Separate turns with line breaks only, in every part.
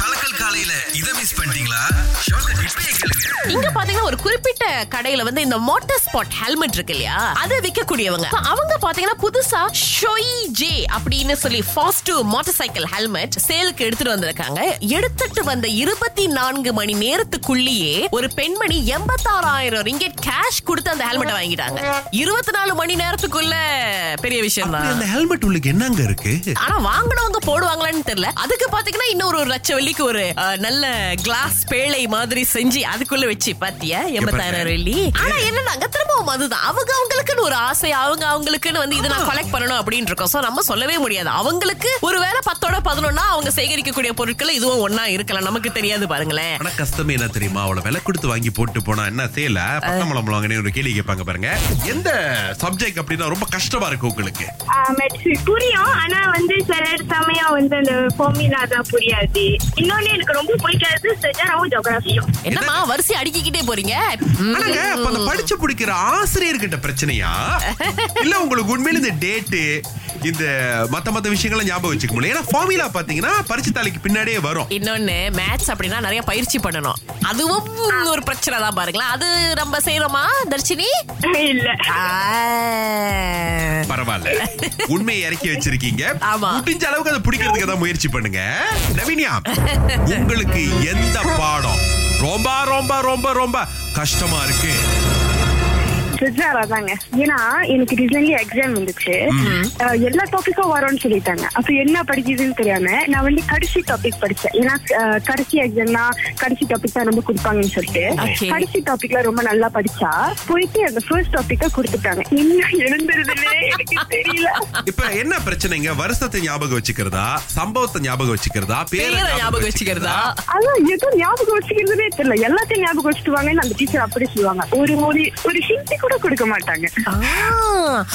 கலக்கல் காலையில இத மிஸ் பண்ணிட்டீங்களா ஷாக்க இப்பயே கேளுங்க
இங்க பாத்தீங்கன்னா ஒரு குறிப்பிட்ட கடையில வந்து இந்த மோட்டார் ஸ்பாட் ஹெல்மெட் இருக்கு இல்லையா அதை விற்கக்கூடியவங்க So, அவங்க பாத்தீங்கன்னா புதுசா ஷோய் ஜே அப்படின்னு சொல்லி ஃபாஸ்ட் மோட்டார் சைக்கிள் ஹெல்மெட் சேலுக்கு எடுத்துட்டு வந்திருக்காங்க எடுத்துட்டு வந்த இருபத்தி நான்கு மணி நேரத்துக்குள்ளேயே ஒரு பெண்மணி எண்பத்தாறாயிரம் ரிங்கெட் கேஷ் கொடுத்து அந்த ஹெல்மெட்டை வாங்கிட்டாங்க இருபத்தி நாலு மணி நேரத்துக்குள்ள பெரிய விஷயம் தான்
அந்த ஹெல்மெட் உள்ளுக்கு என்னங்க இருக்கு
ஆனா வாங்கினவங்க போடுவாங்களான்னு தெரியல அதுக்கு பாத்தீங்கன்னா இன்னொரு லட்ச வெள்ளிக்கு ஒரு அஹ், நல்ல கிளாஸ் பேழை மாதிரி செஞ்சு அதுக்குள்ள வச்சு பாத்தியா எண்பத்தாயிரம் வெள்ளி ஆனா என்னன்னாங்க திரும்பவும் அதுதான் அவங்க அவங்களுக்குன்னு ஒரு ஆசை அவங்க அவங்களுக்குன்னு வந்து இதை நான் கலெக்ட் பண்ணணும் அப்படின்னு இருக்கோம் சோ நம்ம சொல்லவே முடியாது அவங்களுக்கு ஒருவேளை பத்தோட பதினொன்னா அவங்க சேகரிக்கக்கூடிய பொருட்கள் இதுவும் ஒன்னா இருக்கலாம் நமக்கு தெரியாது பாருங்களேன்
ஆனா கஷ்டமே என்ன தெரியுமா அவள விலை கொடுத்து வாங்கி போட்டு போனா என்ன சேல பத்தமலம் வாங்கினே ஒரு கேள்வி கேட்பாங்க பாருங்க எந்த சப்ஜெக்ட் அப்படின்னா ரொம்ப கஷ்டமா இருக்கு உங்களுக்கு
மெட்ரிக் புரியும் ஆனா வந்து சில சமயம் வந்து அந்த ஃபார்முலா தான் புரியாது இன்னொன்னு எனக்கு ரொம்ப பிடிக்காது செஜாராவும் ஜோகிராஃபியும்
என்னம்மா வரிசை அடுக்கிக்கிட்டே போறீங்க ம்.
ஆனாங்க அப்ப அந்த படிச்சு பிடிக்கிற ஆசிரியர்கிட்ட பிரச்சனையா இல்ல உங்களுக்கு உண்மையில இந்த டேட்டு இந்த மத்த மத்த விஷயங்களை ஞாபகம் வச்சுக்க முடியல ஏன்னா ஃபார்முலா பாத்தீங்கன்னா பரிச்சு தாளிக்கு பின்னாடியே வரும்
இன்னொன்னு மேத்ஸ் அப்படின்னா நிறைய பயிற்சி பண்ணணும் அதுவும் ஒரு பிரச்சனை தான் பாருங்களேன் அது நம்ம செய்யறோமா தர்ஷினி
இல்ல
ஆ.
பரவாயில்ல உண்மையை இறக்கி வச்சிருக்கீங்க
ஆமா.
முடிஞ்ச அளவுக்கு அதை பிடிக்கிறதுக்கு தான் முயற்சி பண்ணுங்க நவீனியா உங்களுக்கு எந்த பாடம் ரொம்ப ரொம்ப ரொம்ப ரொம்ப கஷ்டமா இருக்கு
செஜாரா தாங்க ஏன்னா எனக்கு ரீசென்ட்லி எக்ஸாம் வந்துச்சு அஹ், எல்லா டாபிக்கும் வரும்னு சொல்லிட்டாங்க அப்ப என்ன படிக்கிறதுன்னு தெரியாம நான் வந்து கடைசி டாபிக் படிச்சேன் ஏன்னா அஹ், கடைசி எக்ஸாம்னா கடைசி டாபிக் தான் ரொம்ப கொடுப்பாங்கன்னு சொல்லிட்டு
Okay.
கடைசி டாபிக்ல ரொம்ப நல்லா படிச்சா போயிட்டு அந்த ஃபர்ஸ்ட் டாபிக்க கொடுத்துட்டாங்க என்ன எழுந்துருதுன்னு எனக்கு தெரியல
இப்ப என்ன பிரச்சனைங்க வருஷத்தை ஞாபகம் வச்சுக்கிறதா சம்பவத்தை ஞாபகம் வச்சுக்கிறதா
பேரை ஞாபகம் வச்சுக்கிறதா
அதான் எதுவும் ஞாபகம் வச்சுக்கிறதே தெரியல எல்லாத்தையும் ஞாபகம் வச்சுட்டு வாங்கன்னு அந்த டீச்சர் அப்படி சொல்லுவாங்க ஒரு மொழி ஒரு ஹிந்தி கூட கொடுக்க மாட்டாங்க
ஆ.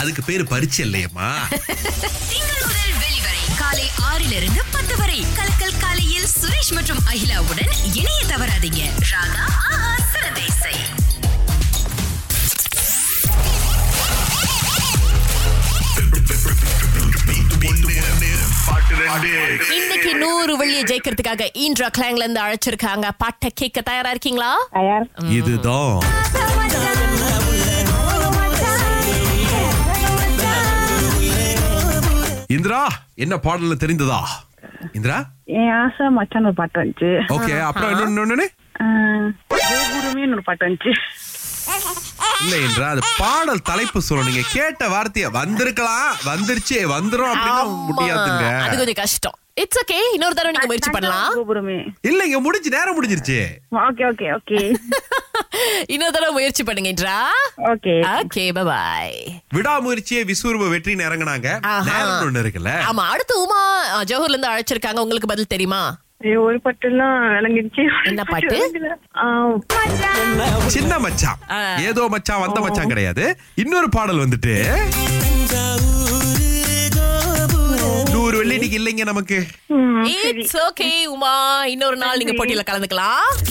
அதுக்கு பேரு பரிச்சை இல்லையம்மா
திங்கள் முதல் வெளிவரை காலை ஆறிலிருந்து பத்து வரை கலக்கல் காலையில் சுரேஷ் மற்றும் அகிலாவுடன் இணைய தவறாதீங்க ராகா ஆஹா சரதேசை
இன்னைக்கு நூறு வெள்ளியை ஜெயிக்கிறதுக்காக ஈண்ட்ரா கிளாங்ல இருந்து அழைச்சிருக்காங்க பாட்டை கேட்க தயாரா இருக்கீங்களா
தயார்
இதுதான் இந்திரா என்ன பாடல் தெரிந்ததா இந்திரா
என் ஆசை மச்சான் ஒரு பாட்டு வந்துச்சு
ஓகே அப்புறம் இன்னொன்னு இன்னொன்னு?
கோபுரமே ஒரு பாட்டு வந்துச்சு
இல்ல இந்திரா அது பாடல் தலைப்பு சொல்லணும் நீங்க கேட்ட வார்த்தைய வந்திருக்கலாம் வந்துருச்சு வந்துரும் அப்படின்னு முடியாதுங்க
ஆமா. அது கொஞ்சம் கஷ்டம் இட்ஸ் ஓகே இன்னொரு தடவை நீங்க முயற்சி பண்ணலாம்
கோபுரமே
இல்லைங்க முடிஞ்சு நேரம் முடிஞ்சிருச்சு
ஓகே ஓகே ஓகே
இன்னொரு தடவை முயற்சி பண்ணுங்க ஈண்ட்ரா
ஓகே
ஓகே பாய்
விடாமுயற்சியே விஸ்வரூப வெற்றி இறங்குனாங்க
ஆஹா.
நேரம் ஒண்ணு இருக்குல்ல
ஆமா அடுத்து உமா அஹ், ஜோஹர்ல இருந்து அழைச்சிருக்காங்க உங்களுக்கு பதில் தெரியுமா
ஐயோ, ஒரு பாட்டு எல்லாம் விளங்கிடுச்சு
என்ன பாட்டு?
ஆ,
சின்ன மச்சான்
ஆ.
ஏதோ மச்சான் வந்த மச்சான் கிடையாது இன்னொரு பாடல் வந்துட்டு நூறு வெள்ளி இன்னைக்கு இல்லைங்க நமக்கு
ம், சரி
இட்ஸ் ஓகே உமா இன்னொரு நாள் நீங்க போட்டியில கலந்துக்கலாம்